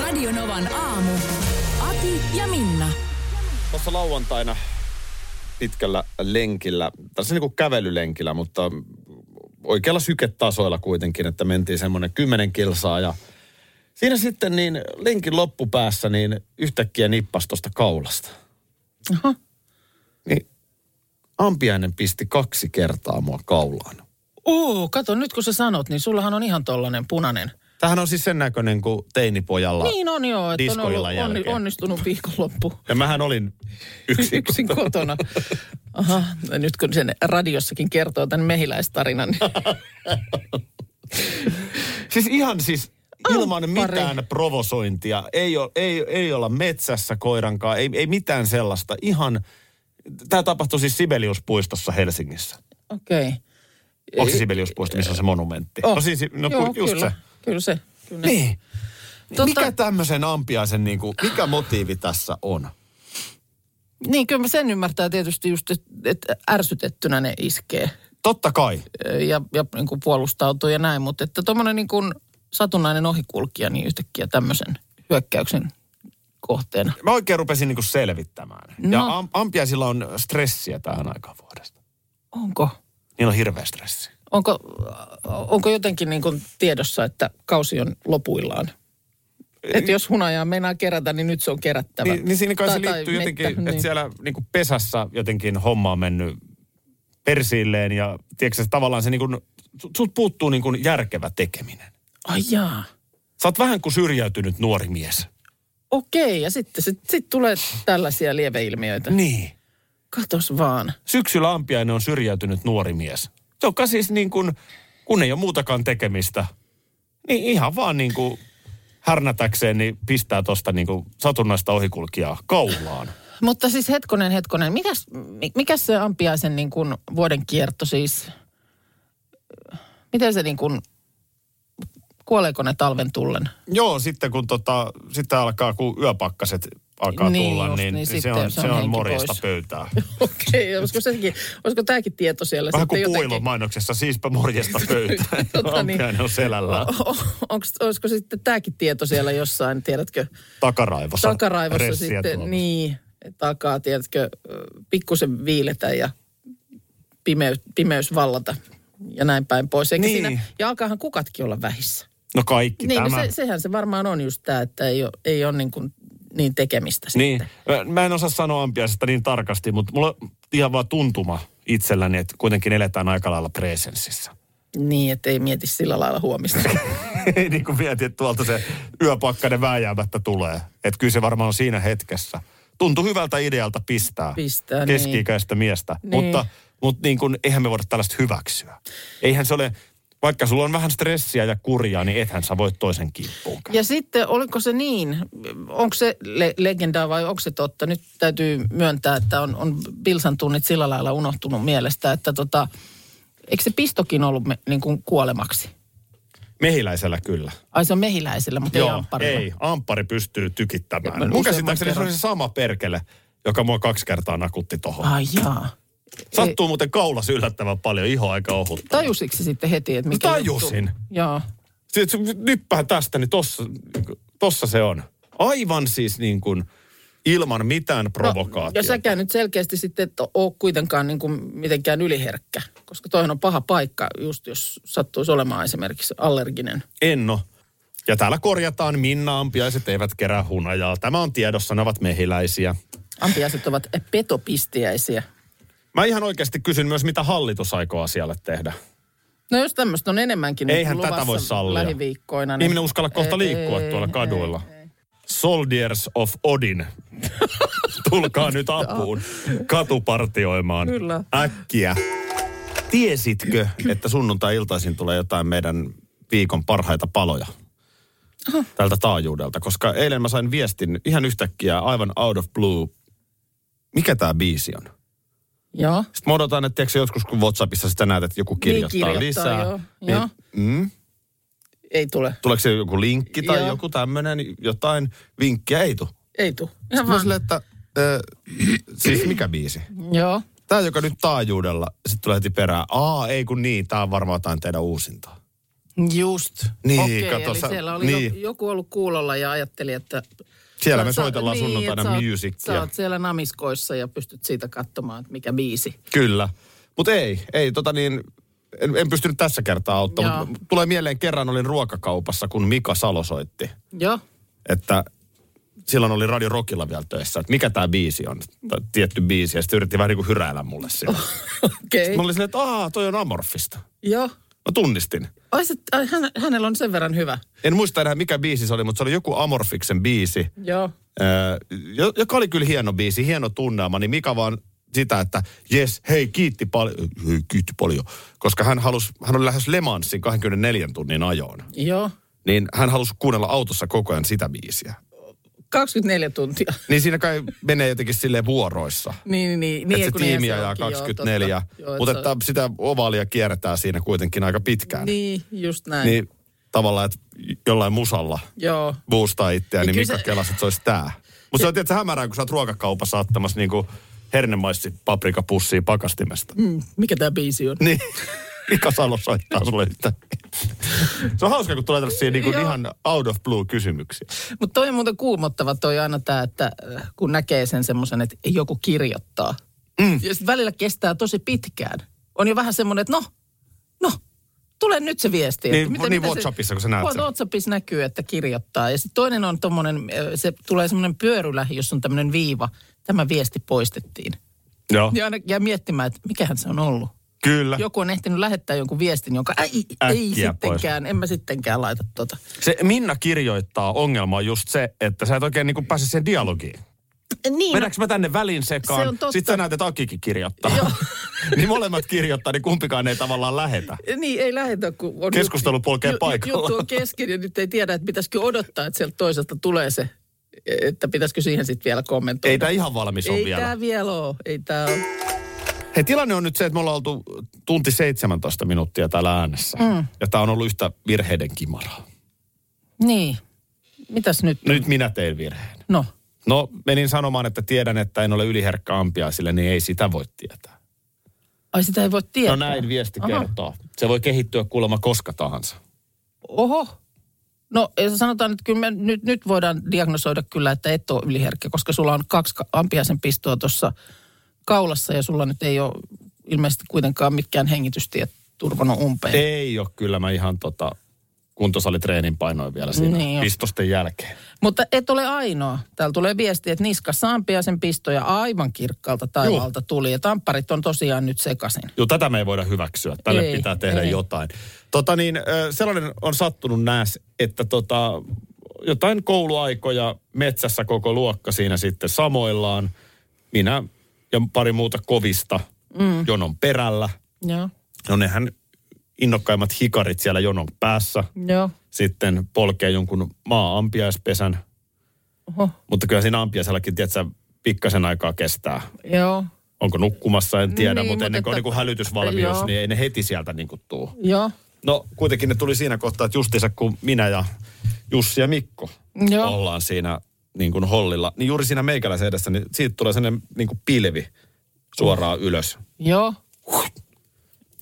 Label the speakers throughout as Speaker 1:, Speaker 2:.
Speaker 1: Radionovan aamu. Ati ja Minna.
Speaker 2: Tuossa lauantaina pitkällä lenkillä, tässä niin kuin kävelylenkillä, mutta oikealla syketasoilla kuitenkin, että mentiin semmoinen kymmenen kilsaa ja siinä sitten niin lenkin loppupäässä niin yhtäkkiä nippas tuosta kaulasta.
Speaker 3: Aha.
Speaker 2: Niin ampiainen pisti kaksi kertaa mua kaulaan.
Speaker 3: Oo, kato nyt kun sä sanot, niin sullahan on ihan tollanen punainen.
Speaker 2: Tämähän on siis sen näköinen kuin teinipojalla.
Speaker 3: Niin on joo, että on ollut
Speaker 2: diskoillan
Speaker 3: on,
Speaker 2: jälkeen.
Speaker 3: onnistunut viikonloppu
Speaker 2: Ja mähän olin yksin.
Speaker 3: yksin kotona. Aha, no nyt kun sen radiossakin kertoo tämän mehiläistarinan, niin
Speaker 2: Siis ihan siis ilman
Speaker 3: Alppari.
Speaker 2: mitään provosointia. Ei, ole, ei, ei olla metsässä koirankaan, ei, ei mitään sellaista. Ihan, tämä tapahtui siis Sibeliuspuistossa Helsingissä.
Speaker 3: okei.
Speaker 2: Onko se Sibeliuspuisto, missä on se monumentti?
Speaker 3: Oh,
Speaker 2: No, siis, no
Speaker 3: joo,
Speaker 2: joo, just
Speaker 3: kyllä,
Speaker 2: se.
Speaker 3: Kyllä se. Kyllä ne-
Speaker 2: Niin.
Speaker 3: Tota-
Speaker 2: Tota... Mikä tämmöisen ampiaisen, niin kuin, mikä motiivi tässä on?
Speaker 3: Niin, kyllä mä sen ymmärtää tietysti just, että että ärsytettynä ne iskee
Speaker 2: Totta kai.
Speaker 3: ö, ja, ja niin kuin puolustautuu ja näin, mutta että tuommoinen niin kuin satunnainen ohikulkija niin yhtäkkiä tämmöisen hyökkäyksen kohteena.
Speaker 2: Mä oikein rupesin niin kuin selvittämään. No.
Speaker 3: No.
Speaker 2: Ja am, ampiaisilla on stressiä tähän aikaan vuodesta.
Speaker 3: Onko?
Speaker 2: Niillä on hirveä stressi.
Speaker 3: Onko, onko jotenkin niin kuin tiedossa, että kausi on lopuillaan? Että jos hunajaa meinaa kerätä, niin nyt se on kerättävä.
Speaker 2: Niin, niin siinä kai se
Speaker 3: Tai- tai
Speaker 2: liittyy jotenkin,
Speaker 3: mettä,
Speaker 2: että siellä niin kuin pesässä jotenkin homma on mennyt persiilleen ja tiedätkö, sä, tavallaan se niin kuin, sut puuttuu niin kuin järkevä tekeminen.
Speaker 3: Ai jaa.
Speaker 2: Sä oot vähän kuin syrjäytynyt nuori mies.
Speaker 3: Okei, ja sitten sit, sit tulee tällaisia lieveilmiöitä.
Speaker 2: Niin.
Speaker 3: Katos vaan.
Speaker 2: Syksyllä ampiainen on syrjäytynyt nuori mies, joka siis niin kuin, kun ei ole muutakaan tekemistä, niin ihan vaan niin kuin härnätäkseen niin pistää tosta niin kuin satunnaista ohikulkijaa kaulaan.
Speaker 3: Mutta siis hetkonen, hetkonen. Mikäs, mi- mikäs se ampiaisen niin kuin vuoden kierto siis? Miten se niin kuin, kuoleeko ne talven tullen?
Speaker 2: Joo, sitten kun tota, sitten alkaa, kun yöpakkaset alkaa
Speaker 3: Niin
Speaker 2: tulla,
Speaker 3: just,
Speaker 2: niin,
Speaker 3: niin
Speaker 2: niin se,
Speaker 3: sitten
Speaker 2: on,
Speaker 3: se
Speaker 2: se
Speaker 3: on
Speaker 2: on,
Speaker 3: henki
Speaker 2: morjesta
Speaker 3: pois.
Speaker 2: pöytää.
Speaker 3: Okei, okay, olisiko, sekin- olisiko tämäkin tieto siellä
Speaker 2: Vähän
Speaker 3: sitten
Speaker 2: kuin
Speaker 3: jotenkin?
Speaker 2: puilon mainoksessa, siispä morjesta pöytään.
Speaker 3: Tota niin.
Speaker 2: Ampiainen on selällään.
Speaker 3: Onko, olisiko sitten tämäkin tieto siellä jossain, tiedätkö,
Speaker 2: Takaraivossa.
Speaker 3: takaraivossa
Speaker 2: pressiä
Speaker 3: sitten,
Speaker 2: tuomassa.
Speaker 3: niin, takaa, tiedätkö, ö, pikkusen viiletä ja pimeys, pimeys vallata ja näin päin pois. Eikä
Speaker 2: Niin.
Speaker 3: niin. siinä, ja alkaahan kukatkin olla vähissä.
Speaker 2: No kaikki
Speaker 3: Niin, no
Speaker 2: tämä.
Speaker 3: se, sehän se varmaan on just tämä, että ei ole, ei ole niin, kuin niin tekemistä
Speaker 2: Niin,
Speaker 3: sitten.
Speaker 2: Mä- mä en osaa sanoa ampiaisesta niin tarkasti, mutta mulla on ihan vaan tuntuma itselläni, että kuitenkin eletään aika lailla presenssissä.
Speaker 3: Niin, että ei mieti sillä lailla huomista.
Speaker 2: Ei niin kuin mieti, että tuolta se yöpakkainen vääjäämättä tulee. Että kyllä se varmaan on siinä hetkessä. Tuntui hyvältä idealta pistää,
Speaker 3: Pistää, niin.
Speaker 2: keski-ikäistä miestä,
Speaker 3: Niin.
Speaker 2: mutta, mutta niin kuin, eihän me voida tällaista hyväksyä. Eihän se ole, vaikka sulla on vähän stressiä ja kurjaa, niin ethän sä voi toisen kimppuun.
Speaker 3: Ja sitten, oliko se niin, onko se le- legendaa vai onko se totta? Nyt täytyy myöntää, että on, on Bilsan tunnit sillä lailla unohtunut mielestä, että tota, eikö se pistokin ollut me, niin kuin kuolemaksi?
Speaker 2: Mehiläisellä kyllä.
Speaker 3: Ai se on mehiläisellä, mutta ei ampparilla.
Speaker 2: ei. Amppari pystyy
Speaker 3: Mä en
Speaker 2: tykittämään. Mun
Speaker 3: useamman
Speaker 2: käsittääkseni se
Speaker 3: kerran.
Speaker 2: oli se sama perkele, joka mua kaksi kertaa nakutti tohon.
Speaker 3: Ai jaa.
Speaker 2: Sattuu muuten kaulas yllättävän paljon, iho aika ohutta.
Speaker 3: Tajusitko se sitten heti, että mikä
Speaker 2: No tajusin.
Speaker 3: juttu? Joo.
Speaker 2: Siis Nyppää tästä, niin tossa, tossa se on. Aivan siis niin kuin ilman mitään
Speaker 3: No, ja
Speaker 2: provokaatiota.
Speaker 3: säkään nyt selkeästi sitten et ole kuitenkaan niin kuin mitenkään yliherkkä, koska toihan on paha paikka just jos sattuisi olemaan esimerkiksi allerginen.
Speaker 2: En oo. Ja täällä korjataan, Minna Ampiaiset eivät kerää hunajaa. Tämä on tiedossa, ne ovat mehiläisiä.
Speaker 3: Ampiaiset ovat petopistiäisiä.
Speaker 2: Mä ihan oikeasti kysyn myös, mitä hallitus aikoo asialle tehdä.
Speaker 3: No jos tämmöistä on enemmänkin nyt
Speaker 2: Eihän
Speaker 3: luvassa
Speaker 2: tätä voi sallia.
Speaker 3: lähiviikkoina.
Speaker 2: Ihminen uskalla kohta
Speaker 3: Niin. Ei,
Speaker 2: liikkua
Speaker 3: ei,
Speaker 2: tuolla
Speaker 3: ei,
Speaker 2: kaduilla.
Speaker 3: ei.
Speaker 2: Soldiers of Odin. Tulkaa nyt apuun katupartioimaan.
Speaker 3: Kyllä.
Speaker 2: Äkkiä. Tiesitkö, että sunnuntai-iltaisin tulee jotain meidän viikon parhaita paloja? tältä taajuudelta, koska eilen mä sain viestin ihan yhtäkkiä aivan out of blue, mikä tämä biisi on.
Speaker 3: Joo.
Speaker 2: Sitten mä odotan, että tiedätkö, joskus kun Whatsappissa sitä näet, että joku kirjoittaa,
Speaker 3: Niin kirjoittaa,
Speaker 2: lisää.
Speaker 3: joo,
Speaker 2: niin,
Speaker 3: joo.
Speaker 2: Mm,
Speaker 3: Ei tule.
Speaker 2: tuleeko se joku linkki tai
Speaker 3: Joo.
Speaker 2: joku tämmöinen, jotain vinkkiä, ei tule.
Speaker 3: Ei tule. Ihan
Speaker 2: Mä oon
Speaker 3: vaan.
Speaker 2: silleen, että ö, siis mikä biisi?
Speaker 3: Joo.
Speaker 2: Tämä, joka nyt taajuudella, sitten tulee heti perään. Aa, ei kun niin, tämä on varmaan jotain teidän uusintaa.
Speaker 3: Just.
Speaker 2: Niin,
Speaker 3: Okei,
Speaker 2: kato,
Speaker 3: eli
Speaker 2: sä-
Speaker 3: siellä oli
Speaker 2: niin.
Speaker 3: jo- joku ollut kuulolla ja ajatteli, että...
Speaker 2: Siellä me
Speaker 3: sä-
Speaker 2: soitellaan
Speaker 3: niin,
Speaker 2: sunnuntaina
Speaker 3: että sä oot-
Speaker 2: musicia.
Speaker 3: Sä oot siellä namiskoissa ja pystyt siitä katsomaan, että mikä biisi.
Speaker 2: Kyllä. Mutta ei, ei, tota niin, en, en pystynyt tässä kertaa
Speaker 3: Joo.
Speaker 2: auttamaan. Mut tulee mieleen, kerran olin ruokakaupassa, kun Mika Salo soitti.
Speaker 3: Joo.
Speaker 2: Että silloin oli Radio Rockilla vielä töissä, että mikä tämä biisi on, tai tietty biisi. Ja sitten yritti vähän niin kuin hyräillä mulle sitä.
Speaker 3: Okei.
Speaker 2: Mä olin silleen, että aah, toi on amorfista.
Speaker 3: Joo.
Speaker 2: Mä tunnistin.
Speaker 3: Ai, se, ai, hän, hänellä on sen verran hyvä.
Speaker 2: En muista enää, mikä biisi se oli, mutta se oli joku Amorfiksen biisi.
Speaker 3: Joo.
Speaker 2: Öö, jo- joka oli kyllä hieno biisi, hieno tunnelma, niin Mika vaan sitä, että jes, hei, kiitti paljon, hei, kiitti paljon, koska hän, halus, hän oli lähes Le Mansin 24 tunnin ajoon,
Speaker 3: Joo.
Speaker 2: niin hän halusi kuunnella autossa koko ajan sitä biisiä.
Speaker 3: 24 tuntia.
Speaker 2: Niin siinä kai menee jotenkin sille vuoroissa.
Speaker 3: Niin, niin,
Speaker 2: Niin,
Speaker 3: niin.
Speaker 2: että se
Speaker 3: kun
Speaker 2: tiimi
Speaker 3: niinhän se
Speaker 2: ajaa
Speaker 3: onkin, joo,
Speaker 2: 24,
Speaker 3: totta. Joo, et
Speaker 2: mutta
Speaker 3: se-
Speaker 2: että sitä ovaalia kierretään siinä kuitenkin aika pitkään. Niin,
Speaker 3: Niin, just näin.
Speaker 2: niin tavallaan, että jollain musalla
Speaker 3: Joo.
Speaker 2: boostaa itseään,
Speaker 3: Ja
Speaker 2: niin
Speaker 3: kyllä
Speaker 2: Mikka
Speaker 3: se-
Speaker 2: kelasi, että se olisi tää. Mutta se on tietysti hämärää, kun sä oot ruokakaupassa ottamassa niinku hernemaissi paprikapussia pakastimesta. Mm.
Speaker 3: Mm, Mikä tämä biisi on?
Speaker 2: Niin Mika Salo soittaa sulle yhtä. se on hauska, kun tulee tällaisia niinku
Speaker 3: Joo.
Speaker 2: ihan out of blue kysymyksiä.
Speaker 3: Mutta toi on muuten kuumottava toi aina tämä, että äh, kun näkee sen semmoisen, että joku kirjoittaa. Mm. Ja sit välillä kestää tosi pitkään. On jo vähän semmoinen, että no, no, tulee nyt se viesti.
Speaker 2: Niin,
Speaker 3: Että
Speaker 2: niin WhatsAppissa, kun sä näet sen.
Speaker 3: WhatsAppissa näkyy, että kirjoittaa. Ja sitten toinen on tommonen, äh, se tulee semmoinen pyörylä, jos on tämmöinen viiva. Tämä viesti poistettiin.
Speaker 2: Joo.
Speaker 3: Ja aina jää miettimään, että mikähän se on ollut.
Speaker 2: Kyllä.
Speaker 3: Joku on ehtinyt lähettää jonkun viestin, jonka ei, ei
Speaker 2: Äkkiä pois.
Speaker 3: sittenkään, en mä sittenkään laita tota.
Speaker 2: Se Minna kirjoittaa ongelma on just se, että sä et oikein niinku pääse siihen dialogiin.
Speaker 3: Niin,
Speaker 2: Mennäänkö mä tänne välin sekaan?
Speaker 3: Se on totta.
Speaker 2: Sitten sä näet, että Akikin kirjoittaa.
Speaker 3: Joo.
Speaker 2: niin molemmat kirjoittaa, niin kumpikaan ei tavallaan lähetä.
Speaker 3: Niin, ei lähetä, kun on
Speaker 2: Keskustelu polkee paikalla.
Speaker 3: Juttu on kesken ja nyt ei tiedä, että pitäisikö odottaa, että sieltä toiselta tulee se, että pitäisikö siihen sitten vielä kommentoida.
Speaker 2: Ei tämä ihan valmis ole
Speaker 3: ei
Speaker 2: vielä.
Speaker 3: tää vielä ole, ei tää ole.
Speaker 2: Hei, tilanne on nyt se, että me ollaan oltu tunti 17 minuuttia täällä äänessä. Mm. Ja tämä on ollut yhtä virheiden kimaraa.
Speaker 3: Niin, mitäs nyt?
Speaker 2: Nyt minä tein virheen.
Speaker 3: No,
Speaker 2: No, menin sanomaan, että tiedän, että en ole yliherkkä ampiaisille, niin ei sitä voi tietää.
Speaker 3: ai sitä ei voi tietää.
Speaker 2: No näin viesti
Speaker 3: Aha.
Speaker 2: kertoo. Se voi kehittyä kuulemma koska tahansa.
Speaker 3: Oho. No ja sanotaan, että kyllä me nyt, nyt voidaan diagnosoida kyllä, että et ole yliherkkä, koska sulla on kaksi ka- ampiaisen pistoa tuossa kaulassa ja sulla nyt ei ole ilmeisesti kuitenkaan mitkään hengitystiet turvannut umpeen.
Speaker 2: Ei ole kyllä, mä ihan tota kuntosalitreenin painoin vielä siinä
Speaker 3: Niin
Speaker 2: niin
Speaker 3: jo.
Speaker 2: pistosten jälkeen.
Speaker 3: Mutta et ole ainoa. Täällä tulee viesti, että niskassa ampiaisen pistoja aivan kirkkaalta taivaalta tuli. Ja tampparit on tosiaan nyt sekasin.
Speaker 2: Joo, tätä me ei voida hyväksyä. Tälle
Speaker 3: Ei,
Speaker 2: pitää tehdä
Speaker 3: ei.
Speaker 2: jotain. Tota niin, ö, sellainen on sattunut nääs, että tota, jotain kouluaikoja metsässä koko luokka siinä sitten samoillaan. Minä ja pari muuta kovista mm. jonon perällä.
Speaker 3: Joo,
Speaker 2: No nehän innokkaimmat hikarit siellä jonon päässä.
Speaker 3: joo,
Speaker 2: Sitten polkee jonkun maa-ampiaispesän.
Speaker 3: Oho.
Speaker 2: Mutta kyllä siinä ampiaisellakin, tiedätkö, pikkasen aikaa kestää
Speaker 3: joo,
Speaker 2: onko nukkumassa, en tiedä, niin,
Speaker 3: Niin,
Speaker 2: mutta
Speaker 3: mutta
Speaker 2: ennen kuin on
Speaker 3: että-
Speaker 2: niin hälytysvalmius,
Speaker 3: Joo.
Speaker 2: niin ei ne heti sieltä niin kuin tuu.
Speaker 3: joo.
Speaker 2: No kuitenkin ne tuli siinä kohtaa, että justiinsa kun minä ja Jussi ja Mikko
Speaker 3: Joo.
Speaker 2: ollaan siinä niin kuin hollilla, niin juuri siinä meikäläisen edessä, niin siitä tulee sellainen niin kuin pilvi suoraan ylös.
Speaker 3: Joo,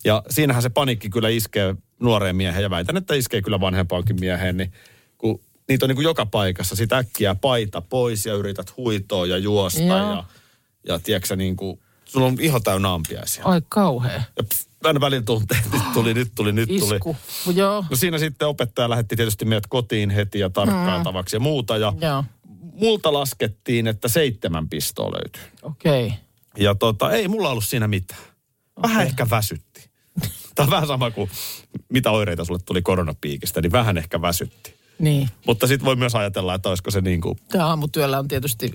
Speaker 2: Ja siinähän se panikki kyllä iskee nuoreen mieheen ja väitän, että iskee kyllä vanhempaankin mieheen, niin kun niitä on niin kuin joka paikassa, sit äkkiä paita pois ja yrität huitoa ja juosta
Speaker 3: Joo.
Speaker 2: ja, ja tiedätkö sä, niin kuin, sulla on iho täynnä ampiaisia.
Speaker 3: ai kauhea.
Speaker 2: Ja pff, aina välillä tunteet, nyt tuli, nyt tuli, nyt tuli.
Speaker 3: Isku. Joo,
Speaker 2: No siinä sitten opettaja lähetti tietysti meidät kotiin heti ja tarkkailtavaksi ja muuta. Ja
Speaker 3: joo,
Speaker 2: multa laskettiin, että seitsemän pistoa löytyy.
Speaker 3: okei. Okay.
Speaker 2: Ja tota, ei mulla ollut siinä mitään. Vähän okay. ehkä väsytti. Tämä on vähän sama kuin mitä oireita sulle tuli koronapiikistä, niin vähän ehkä väsytti.
Speaker 3: Niin.
Speaker 2: Mutta sitten voi myös ajatella, että olisiko se niin kuin...
Speaker 3: Tämä aamutyöllä on tietysti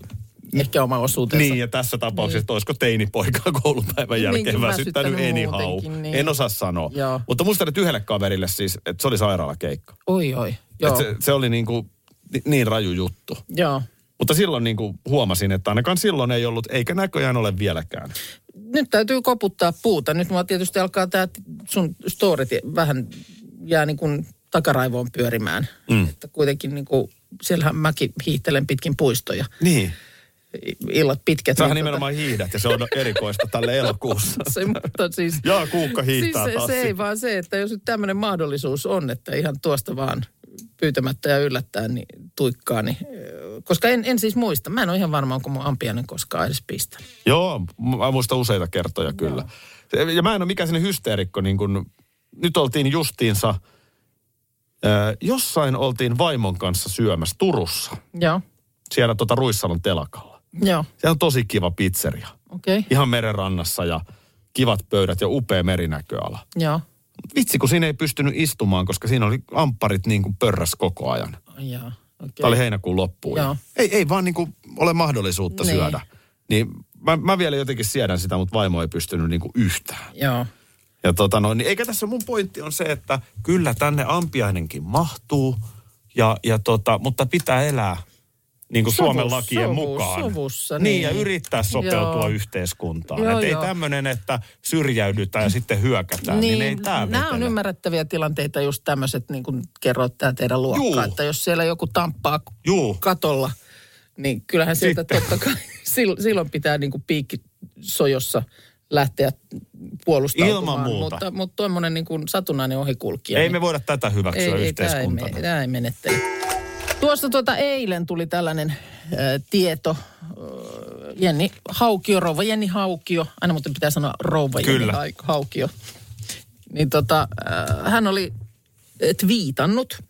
Speaker 3: ehkä oma osuutensa.
Speaker 2: Niin, ja tässä tapauksessa, niin. olisiko teinipoikaa koulupäivän jälkeen
Speaker 3: Niinkin
Speaker 2: väsyttänyt,
Speaker 3: väsyttänyt
Speaker 2: anyhow.
Speaker 3: muutenkin, niin.
Speaker 2: En osaa sanoa.
Speaker 3: Joo.
Speaker 2: Mutta muistan nyt yhdelle kaverille siis, että se oli sairaalakeikka.
Speaker 3: Oi, oi. Joo.
Speaker 2: Et se, se oli niin, kuin, niin raju juttu.
Speaker 3: Joo.
Speaker 2: Mutta silloin niin kuin huomasin, että ainakaan silloin ei ollut, eikä näköjään ole vieläkään.
Speaker 3: Nyt täytyy koputtaa puuta. Nyt mua tietysti alkaa tämä sun story tie- vähän jää niin kuin takaraivoon pyörimään. Mm. Että kuitenkin niin kuin, siellähän mäkin hiihtelen pitkin puistoja.
Speaker 2: Niin.
Speaker 3: I- Illat pitkät.
Speaker 2: Sähän
Speaker 3: niin tota-
Speaker 2: nimenomaan hiihdät ja se on erikoista tälle elokuussa.
Speaker 3: se, mutta siis...
Speaker 2: Jaa, Kuukka hiihtää
Speaker 3: siis se,
Speaker 2: taas
Speaker 3: se ei
Speaker 2: sitten.
Speaker 3: vaan se, että jos nyt tämmöinen mahdollisuus on, että ihan tuosta vaan pyytämättä ja yllättäen niin tuikkaa, niin, ö, koska en, en siis muista. Mä en ole ihan varma, onko mun ampiainen koskaan edes pistänyt.
Speaker 2: Joo, mä muistan useita kertoja kyllä. Se- Ja mä en ole mikään sinne hysteerikko, niin kun, nyt oltiin justiinsa, ää, jossain oltiin vaimon kanssa syömässä Turussa,
Speaker 3: Joo,
Speaker 2: siellä tota Ruissalon telakalla.
Speaker 3: joo,
Speaker 2: Se on tosi kiva pizzeria,
Speaker 3: okei, okay.
Speaker 2: ihan merenrannassa ja kivat pöydät ja upea merinäköala.
Speaker 3: joo.
Speaker 2: Mut Vitsi, kun siinä ei pystynyt istumaan, koska siinä oli ampparit niin kuin pörräs koko ajan.
Speaker 3: Ai jaa, okei.
Speaker 2: Tämä oli heinäkuun loppuun.
Speaker 3: Joo.
Speaker 2: Ja ei, ei vaan niin kuin ole mahdollisuutta
Speaker 3: Niin.
Speaker 2: niin. syödä. Niin mä, mä vielä jotenkin siedän sitä, mutta vaimo ei pystynyt niin kuin yhtään.
Speaker 3: Joo,
Speaker 2: Ja tota no, niin eikä tässä mun pointti on se, että kyllä tänne ampiainenkin mahtuu, ja, ja tota, mutta pitää elää niin kuin
Speaker 3: Sovus-
Speaker 2: Suomen lakien
Speaker 3: sovus-
Speaker 2: mukaan.
Speaker 3: sovussa,
Speaker 2: niin.
Speaker 3: niin.
Speaker 2: ja yrittää sopeutua
Speaker 3: Joo.
Speaker 2: yhteiskuntaan.
Speaker 3: Joo,
Speaker 2: Joo, et ei
Speaker 3: joo.
Speaker 2: tämmöinen, että syrjäydytään ja sitten hyökätään, niin, niin ei tämä
Speaker 3: nämä on
Speaker 2: vetele.
Speaker 3: ymmärrettäviä tilanteita, just tämmöiset, niin kuin kerroit tämä teidän luokka,
Speaker 2: Juu.
Speaker 3: että jos siellä joku tamppaa
Speaker 2: Juu.
Speaker 3: katolla, niin kyllähän sieltä
Speaker 2: Sitten.
Speaker 3: totta kai sil- silloin pitää niin kuin piikki sojossa lähteä puolustautumaan.
Speaker 2: Ilman muuta.
Speaker 3: Mutta, mutta tuommoinen niin kuin satunnainen ohikulkija.
Speaker 2: Ei
Speaker 3: niin-
Speaker 2: me voida tätä hyväksyä
Speaker 3: ei, ei, tämä ei,
Speaker 2: yhteiskuntana.
Speaker 3: me- tämä ei menettele. Tuossa tuota eilen tuli tällainen ö, tieto. Ö, Jenni Haukio, rouva Jenni Haukio. Aina muuten pitää sanoa rouva Jenni
Speaker 2: Kyllä.
Speaker 3: Haik- Haukio. Niin tota, ö, hän oli ö, twiitannut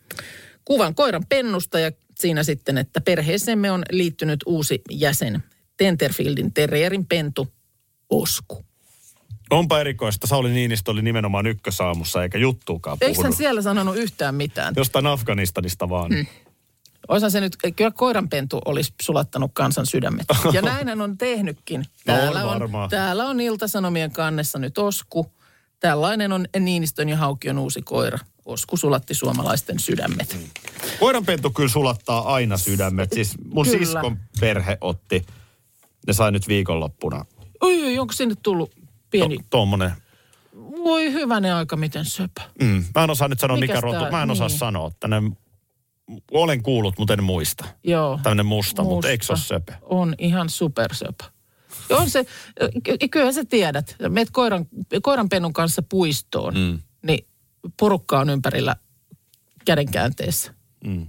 Speaker 3: kuvan koiran pennusta ja siinä sitten, että perheeseemme on liittynyt uusi jäsen. Tenterfieldin terrierin pentu Osku.
Speaker 2: Onpa erikoista. Sauli Niinistö oli nimenomaan ykkösaamussa eikä juttuukaan
Speaker 3: Eikö hän
Speaker 2: puhunut.
Speaker 3: siellä sanonut yhtään mitään?
Speaker 2: Jostain Afganistanista vaan.
Speaker 3: Hmm.
Speaker 2: Mm.
Speaker 3: Osa se nyt, kyllä koiranpentu olisi sulattanut kansan sydämet. Ja näinhän on tehnytkin.
Speaker 2: varmaan.
Speaker 3: täällä on Ilta-Sanomien kannessa nyt Osku. Tällainen on Niinistön ja Haukion uusi koira. Osku sulatti suomalaisten sydämet.
Speaker 2: Koiranpentu kyllä sulattaa aina sydämet. Siis mun
Speaker 3: Kyllä.
Speaker 2: kyllä. siskon perhe otti, ne sai nyt viikonloppuna
Speaker 3: Oi, oi, onko sinne tullut
Speaker 2: to,
Speaker 3: pieni...
Speaker 2: tommonen.
Speaker 3: Voi hyvänen aika, miten söpö.
Speaker 2: Mm. Mä en osaa nyt sanoa mikä
Speaker 3: Mikäs
Speaker 2: rotu,
Speaker 3: tää-
Speaker 2: mä en osaa
Speaker 3: niin.
Speaker 2: sanoa. Tänne, olen kuullut, mutta en muista.
Speaker 3: Joo.
Speaker 2: Tämmönen musta, musta. mutta eikö se ole söpö?
Speaker 3: On ihan supersöpö. On se, ky- kyllähän sä tiedät, meet koiran, koiranpennun kanssa puistoon, mm. niin porukka on ympärillä kädenkäänteessä.
Speaker 2: Mm.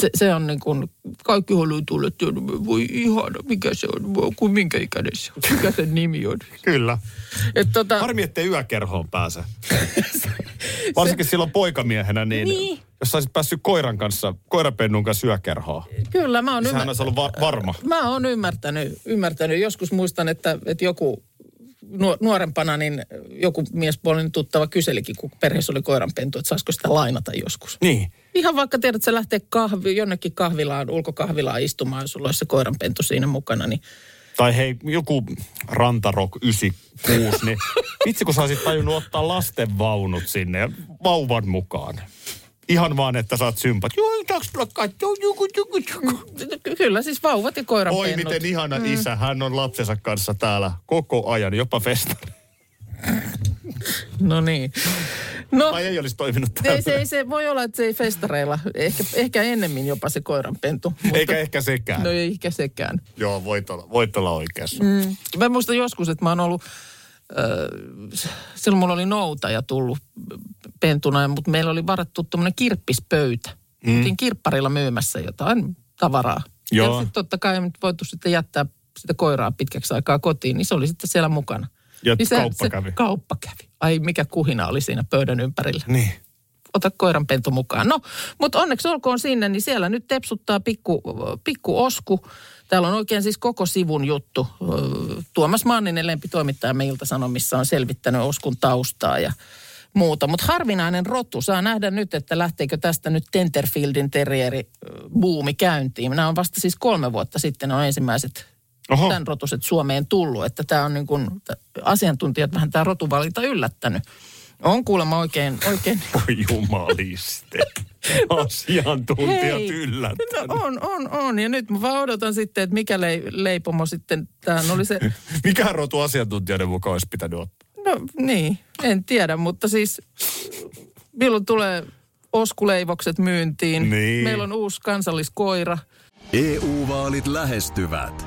Speaker 3: Se, se on niin kuin, kaikki haluaa tulla, että voi ihana, mikä se on, voi, kun minkä ikäinen se on, mikä sen nimi on.
Speaker 2: Kyllä.
Speaker 3: Et tota,
Speaker 2: Harmi, ettei yökerhoon pääse. Varsinkin silloin poikamiehenä, niin,
Speaker 3: Niin.
Speaker 2: jos saisit päässyt koiran kanssa, koirapennun kanssa yökerhoon. niin
Speaker 3: kyllä No mä oon
Speaker 2: Sehän
Speaker 3: ymmärtänyt.
Speaker 2: olisi ollut va- varma.
Speaker 3: Mä oon ymmärtänyt, ymmärtänyt. Joskus muistan, että, että joku nuo- nuorempana, niin joku miespuolinen tuttava kyselikin, kun perheessä oli koiranpentu, että saisiko sitä lainata joskus.
Speaker 2: Niin.
Speaker 3: Ihan vaikka tiedät, että sä lähtee kahvi, jonnekin kahvilaan, ulkokahvilaan istumaan, jos sulla olisi se koiranpentu siinä mukana, niin
Speaker 2: Tai hei, joku Rantarock 96, niin vitsi kun sä olisit tajunnut ottaa lasten vaunut sinne ja vauvan mukaan. Ihan vaan, että saat sympat. Joo, saaks tulla katsoa? Juku, juku, juku.
Speaker 3: Ky- kyllä siis vauvat ja koiranpennut.
Speaker 2: Oi, miten ihana mm. isä. Hän on lapsensa kanssa täällä koko ajan, jopa festari.
Speaker 3: No niin. No,
Speaker 2: Tai ei olisi toiminut
Speaker 3: ei, se,
Speaker 2: täysin.
Speaker 3: ei, se, voi olla, että se ei festareilla, ehkä, ehkä ennemmin jopa se koiranpentu. Mutta,
Speaker 2: Eikä ehkä sekään.
Speaker 3: No
Speaker 2: No.
Speaker 3: ei ehkä sekään.
Speaker 2: Joo, voit olla, voit olla oikeassa.
Speaker 3: Mm. Mä muistan joskus, että mä oon ollut, äh, silloin mulla oli noutaja tullut pentuna, mutta meillä oli varattu tuommoinen kirppispöytä. Mm. Oltiin kirpparilla myymässä jotain tavaraa. Ja
Speaker 2: Joo.
Speaker 3: sitten totta kai nyt voitu sitten jättää sitä koiraa pitkäksi aikaa kotiin, niin se oli sitten siellä mukana.
Speaker 2: Ja
Speaker 3: niin
Speaker 2: kauppa kävi.
Speaker 3: kauppa kävi. Ai mikä kuhina oli siinä pöydän ympärillä.
Speaker 2: Niin.
Speaker 3: Ota koiranpentu mukaan. No, mutta onneksi olkoon sinne, niin siellä nyt tepsuttaa pikku, pikku osku. Täällä on oikein siis koko sivun juttu. Ö, Tuomas Manninen lempitoimittajamme Ilta-Sanomissa on selvittänyt Oskun taustaa ja muuta. Mutta harvinainen rotu. Saa nähdä nyt, että lähteekö tästä nyt Tenterfieldin terrieri ö, buumi käyntiin. Nämä on vasta siis kolme vuotta sitten on ensimmäiset
Speaker 2: Oho.
Speaker 3: tämän rotuset Suomeen tullut. Että tämä on niin kuin, asiantuntijat vähän tämä rotuvalinta yllättänyt. On kuulemma oikein, oikein.
Speaker 4: Voi jumaliste. Asiantuntijat
Speaker 3: Hei.
Speaker 4: yllättänyt.
Speaker 3: No on, on, on. Ja nyt mä vaan odotan sitten, että mikä lei- leipomo sitten, tämähän oli se,
Speaker 4: Mikä rotu asiantuntijoiden mukaan olisi pitänyt ottaa?
Speaker 3: no niin, en tiedä, mutta siis milloin tulee oskuleivokset myyntiin.
Speaker 4: Niin.
Speaker 3: Meillä on uusi kansalliskoira.
Speaker 5: EU-vaalit E lähestyvät.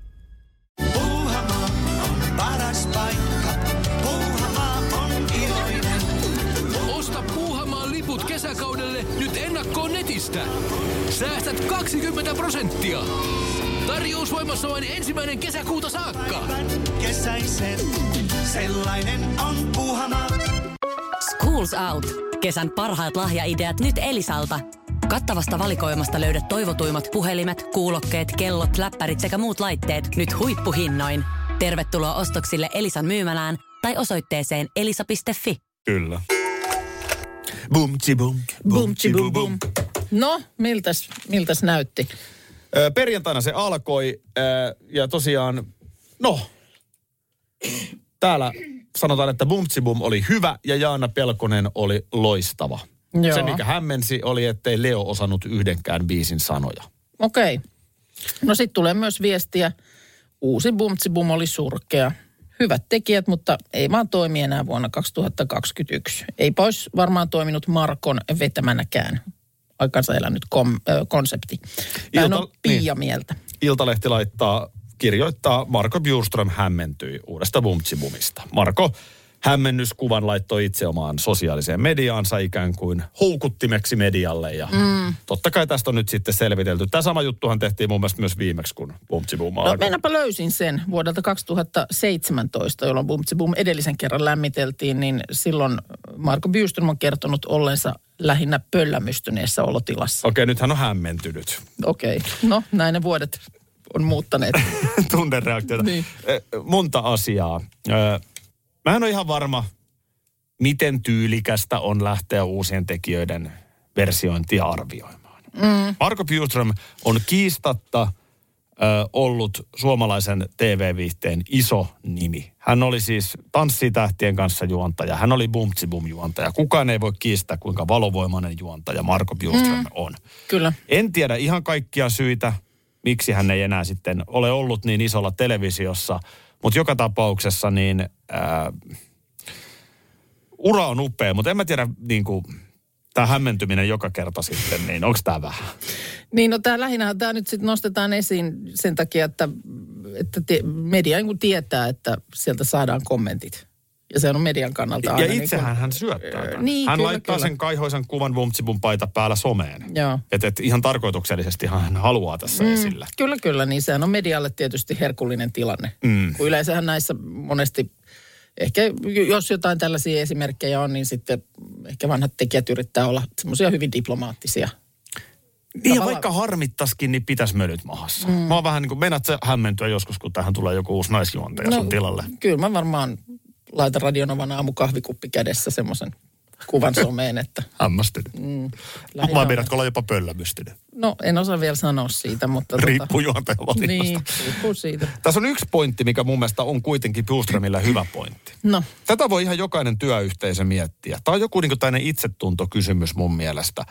Speaker 6: Puuhamaa on paras paikka. Puuhamaa on iloinen.
Speaker 7: Osta Puuhamaan liput kesäkaudelle nyt ennakkoon netistä. Säästät 20 prosenttia. Tarjous voimassa vain ensimmäinen kesäkuuta saakka.
Speaker 6: Kesäisen. Sellainen on Puuhamaa.
Speaker 8: Schools Out. Kesän parhaat lahjaideat nyt Elisalta. Kattavasta valikoimasta löydät toivotuimmat puhelimet, kuulokkeet, kellot, läppärit sekä muut laitteet nyt huippuhinnoin. Tervetuloa ostoksille Elisan myymälään tai osoitteeseen elisa.fi.
Speaker 4: Kyllä.
Speaker 2: Boom, tsi, boom.
Speaker 3: Bum, tsi, bum, bum. No, miltäs, miltäs näytti?
Speaker 2: Ö, Perjantaina se alkoi ö, ja tosiaan, no, täällä sanotaan, että Bumtsibum oli hyvä ja Jaana Pelkonen oli loistava.
Speaker 3: Joo.
Speaker 2: Se, mikä hämmensi, oli, ettei Leo osannut yhdenkään biisin sanoja.
Speaker 3: Okei. No sitten tulee myös viestiä. Uusi Bumtsibum oli surkea. Hyvät tekijät, mutta ei vaan toimi enää vuonna 2021. Ei pois varmaan toiminut Markon vetämänäkään. Aikansa elänyt kom, ö, konsepti. Tämä
Speaker 2: Ilta-
Speaker 3: on Pia mieltä.
Speaker 2: Iltalehti laittaa, kirjoittaa, Marko Bjurström hämmentyi uudesta Bumtsibumista. Marko hämmennyskuvan laittoi itse omaan sosiaaliseen mediaansa ikään kuin houkuttimeksi medialle. Ja mm. totta kai tästä on nyt sitten selvitelty. Tämä sama juttuhan tehtiin mun mielestä myös viimeksi, kun Bumtsibum
Speaker 3: No
Speaker 2: alkoi.
Speaker 3: mennäpä löysin sen vuodelta 2017, jolloin Bumtsi Boom edellisen kerran lämmiteltiin, niin silloin Marko Byström on kertonut ollensa lähinnä pöllämystyneessä olotilassa.
Speaker 2: Okei, nyt hän on hämmentynyt.
Speaker 3: Okei, okay. no näin ne vuodet on muuttaneet.
Speaker 4: Tunnereaktioita.
Speaker 3: Niin.
Speaker 2: Eh, Monta asiaa. Ö, Mä en ole ihan varma, miten tyylikästä on lähteä uusien tekijöiden versiointia arvioimaan. Mm. Marko Bjurström on kiistatta ö, ollut suomalaisen TV-viihteen iso nimi. Hän oli siis tanssitähtien kanssa juontaja. Hän oli Bumtsibum juontaja. Kukaan ei voi kiistää, kuinka valovoimainen juontaja Marko Bjurström mm. on.
Speaker 3: Kyllä.
Speaker 2: En tiedä ihan kaikkia syitä, miksi hän ei enää sitten ole ollut niin isolla televisiossa, mutta joka tapauksessa niin ää,
Speaker 4: äh,
Speaker 2: ura on upea, mutta en mä tiedä niin
Speaker 4: niinku,
Speaker 2: kuin, tämä hämmentyminen joka kerta sitten, niin onko tämä vähän?
Speaker 3: Niin no tämä lähinnä, tämä nyt sitten nostetaan esiin sen takia, että, että te, media niin kuin tietää, että sieltä saadaan kommentit. Ja se on median kannalta aina. niinku-
Speaker 4: Ja itsehän hän syöttää tämän.
Speaker 3: Niin,
Speaker 4: hän
Speaker 3: kyllä,
Speaker 4: laittaa
Speaker 3: kyllä.
Speaker 4: sen kaihoisen kuvan Vumtsipun paita päällä someen.
Speaker 3: Joo.
Speaker 4: Et, et ihan tarkoituksellisesti hän haluaa tässä mm. esillä.
Speaker 3: Kyllä, kyllä, niin sehän on medialle tietysti herkullinen tilanne. Mm. Kun yleensähän näissä monesti, ehkä jos jotain tällaisia esimerkkejä on, niin sitten ehkä vanhat tekijät yrittää olla semmoisia hyvin diplomaattisia.
Speaker 4: Niin ja
Speaker 3: Tavallaan-
Speaker 4: vaikka harmittaskin, niin pitäisi mölyt mahassa. Mm. Mä oon vähän niin kuin, meinaat sä hämmentyä joskus, kun tähän tulee joku uusi naisjuontaja no. sun tilalle.
Speaker 3: Kyllä mä varmaan laitan radionovan aamukahvikuppi kädessä semmoisen kuvan someen, että
Speaker 4: Hämmästynyt. Mm. Vai
Speaker 3: lähinnä-
Speaker 4: meidätkö olla jopa pöllämystynyt?
Speaker 3: no en osaa vielä sanoa siitä, mutta... tota-
Speaker 4: Riippuu juontajan valinnasta.
Speaker 3: Niin, riippuu siitä.
Speaker 2: Tässä on yksi pointti, mikä mun mielestä on kuitenkin Bjurströmillä hyvä pointti.
Speaker 3: No,
Speaker 2: Tätä voi ihan jokainen työyhteisö miettiä. Tämä on joku niin tämmöinen itsetuntokysymys mun mielestä.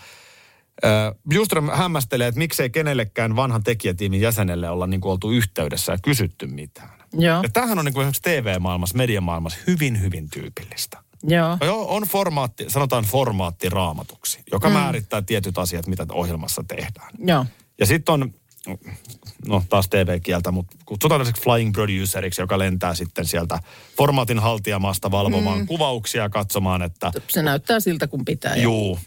Speaker 2: Ö, Bjurström hämmästelee, että miksei kenellekään vanhan tekijätiimin jäsenelle olla niin kuin oltu yhteydessä ja kysytty mitään.
Speaker 3: joo,
Speaker 2: Ja tämähän on niin kuin esimerkiksi TV-maailmassa, mediamaailmassa hyvin, hyvin tyypillistä.
Speaker 3: joo.
Speaker 2: No joo, on formaatti, sanotaan formaatti raamatuksi, joka mm. määrittää tietyt asiat, mitä ohjelmassa tehdään.
Speaker 3: Joo.
Speaker 2: Ja sitten on, no taas TV-kieltä, mutta kutsutaan tällaiseksi flying produceriksi, joka lentää sitten sieltä formaatin haltijamaasta valvomaan mm. kuvauksia ja katsomaan, että
Speaker 3: Se näyttää siltä, kun pitää. ja
Speaker 2: juu,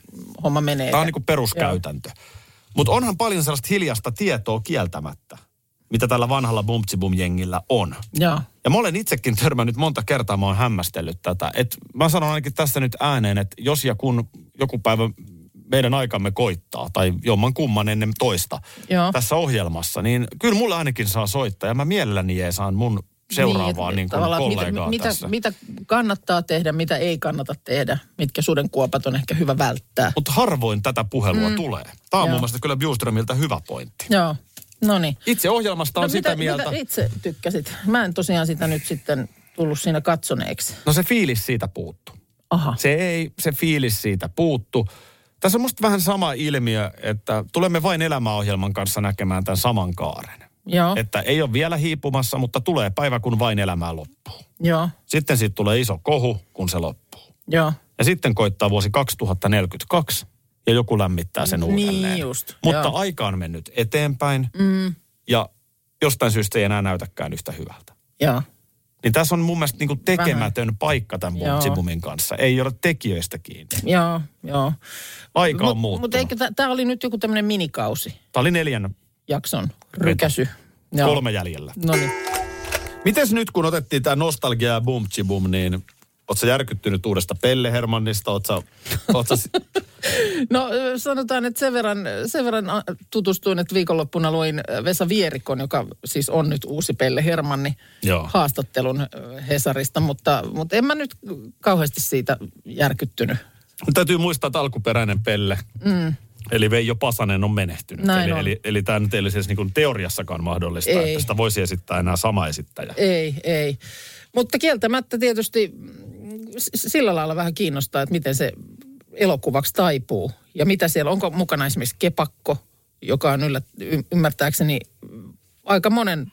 Speaker 3: Homma menee.
Speaker 2: tämä on niinku peruskäytäntö. Mutta onhan paljon sellaista hiljasta tietoa kieltämättä, mitä tällä vanhalla Bumtsibum-jengillä on.
Speaker 3: Joo.
Speaker 2: Ja mä olen itsekin törmännyt monta kertaa, mä oon hämmästellyt tätä. Et mä sanon ainakin tässä nyt ääneen, että jos ja kun joku päivä meidän aikamme koittaa, tai jomman kumman ennen toista
Speaker 3: Joo.
Speaker 2: tässä ohjelmassa, niin kyllä mulle ainakin saa soittaa, ja mä mielelläni ei saan mun seuraavaa niin,
Speaker 3: että
Speaker 2: niin kuin
Speaker 3: tavallaan, että
Speaker 2: kollegaa
Speaker 3: mitä,
Speaker 2: tässä.
Speaker 3: Mitä, mitä kannattaa tehdä, mitä ei kannata tehdä, mitkä sudenkuopat on ehkä hyvä välttää.
Speaker 2: Mutta harvoin tätä puhelua mm. tulee. Tämä on
Speaker 3: Joo.
Speaker 2: mun mielestä kyllä Bjurströmiltä hyvä pointti.
Speaker 3: Joo, no niin.
Speaker 2: Itse ohjelmasta on
Speaker 3: no,
Speaker 2: sitä
Speaker 3: mitä,
Speaker 2: mieltä.
Speaker 3: Mitä itse tykkäsit? Mä en tosiaan sitä nyt sitten tullut siinä katsoneeksi.
Speaker 2: No se fiilis siitä puuttu.
Speaker 3: Aha.
Speaker 2: Se ei, se fiilis siitä puuttu. Tässä on musta vähän sama ilmiö, että tulemme vain elämäohjelman kanssa näkemään tämän saman
Speaker 3: No.
Speaker 2: kaaren.
Speaker 3: Joo, Et...
Speaker 2: Että ei ole vielä hiipumassa, mutta tulee päivä, kun vain elämää loppuu.
Speaker 3: joo,
Speaker 2: Sitten siitä tulee iso kohu, kun se loppuu.
Speaker 3: joo.
Speaker 2: Ja sitten koittaa vuosi 2042 ja joku lämmittää sen
Speaker 3: Niin
Speaker 2: uudelleen.
Speaker 3: just,
Speaker 2: Mutta
Speaker 3: joo.
Speaker 2: aika on mennyt eteenpäin mm. ja jostain syystä ei enää näytäkään yhtä hyvältä.
Speaker 3: Joo.
Speaker 2: Niin tässä on mun mielestä niinku tekemätön Vähän. paikka tämän
Speaker 3: Joo.
Speaker 2: Bunsibumin kanssa. Ei ole tekijöistä kiinni.
Speaker 3: Joo, joo.
Speaker 2: Aika on
Speaker 3: Mut-
Speaker 2: muuttunut.
Speaker 3: Mutta eikö tämä oli nyt joku tämmöinen minikausi
Speaker 2: Tämä oli neljän
Speaker 3: jakson rykäsy. Joo.
Speaker 2: kolme jäljellä.
Speaker 3: No niin.
Speaker 2: Mites nyt, kun otettiin tämä nostalgia ja bum bum, niin oot sä järkyttynyt uudesta Pelle Hermannista? Oot sä, oot sä,
Speaker 3: No ö, sanotaan, että sen verran, sen verran a, tutustuin, että viikonloppuna luin ö, Vesa Vierikon, joka siis on nyt uusi Pelle Hermanni,
Speaker 2: Joo.
Speaker 3: haastattelun ö, Hesarista, mutta, mutta en mä nyt kauheasti siitä järkyttynyt.
Speaker 2: Mut täytyy muistaa, että alkuperäinen Pelle, mm. eli Veijo Pasanen on menehtynyt.
Speaker 3: Näin
Speaker 2: eli,
Speaker 3: on.
Speaker 2: eli, eli tämä nyt ei ole siis niin kuin teoriassakaan mahdollista,
Speaker 3: Ei.
Speaker 2: että sitä voisi esittää enää sama esittäjä.
Speaker 3: Ei, ei. Mutta kieltämättä tietysti mm, s- sillä lailla vähän kiinnostaa, että miten se elokuvaksi taipuu. Ja mitä siellä, onko mukana esimerkiksi Kepakko, joka on yllät, y- ymmärtääkseni mm, aika monen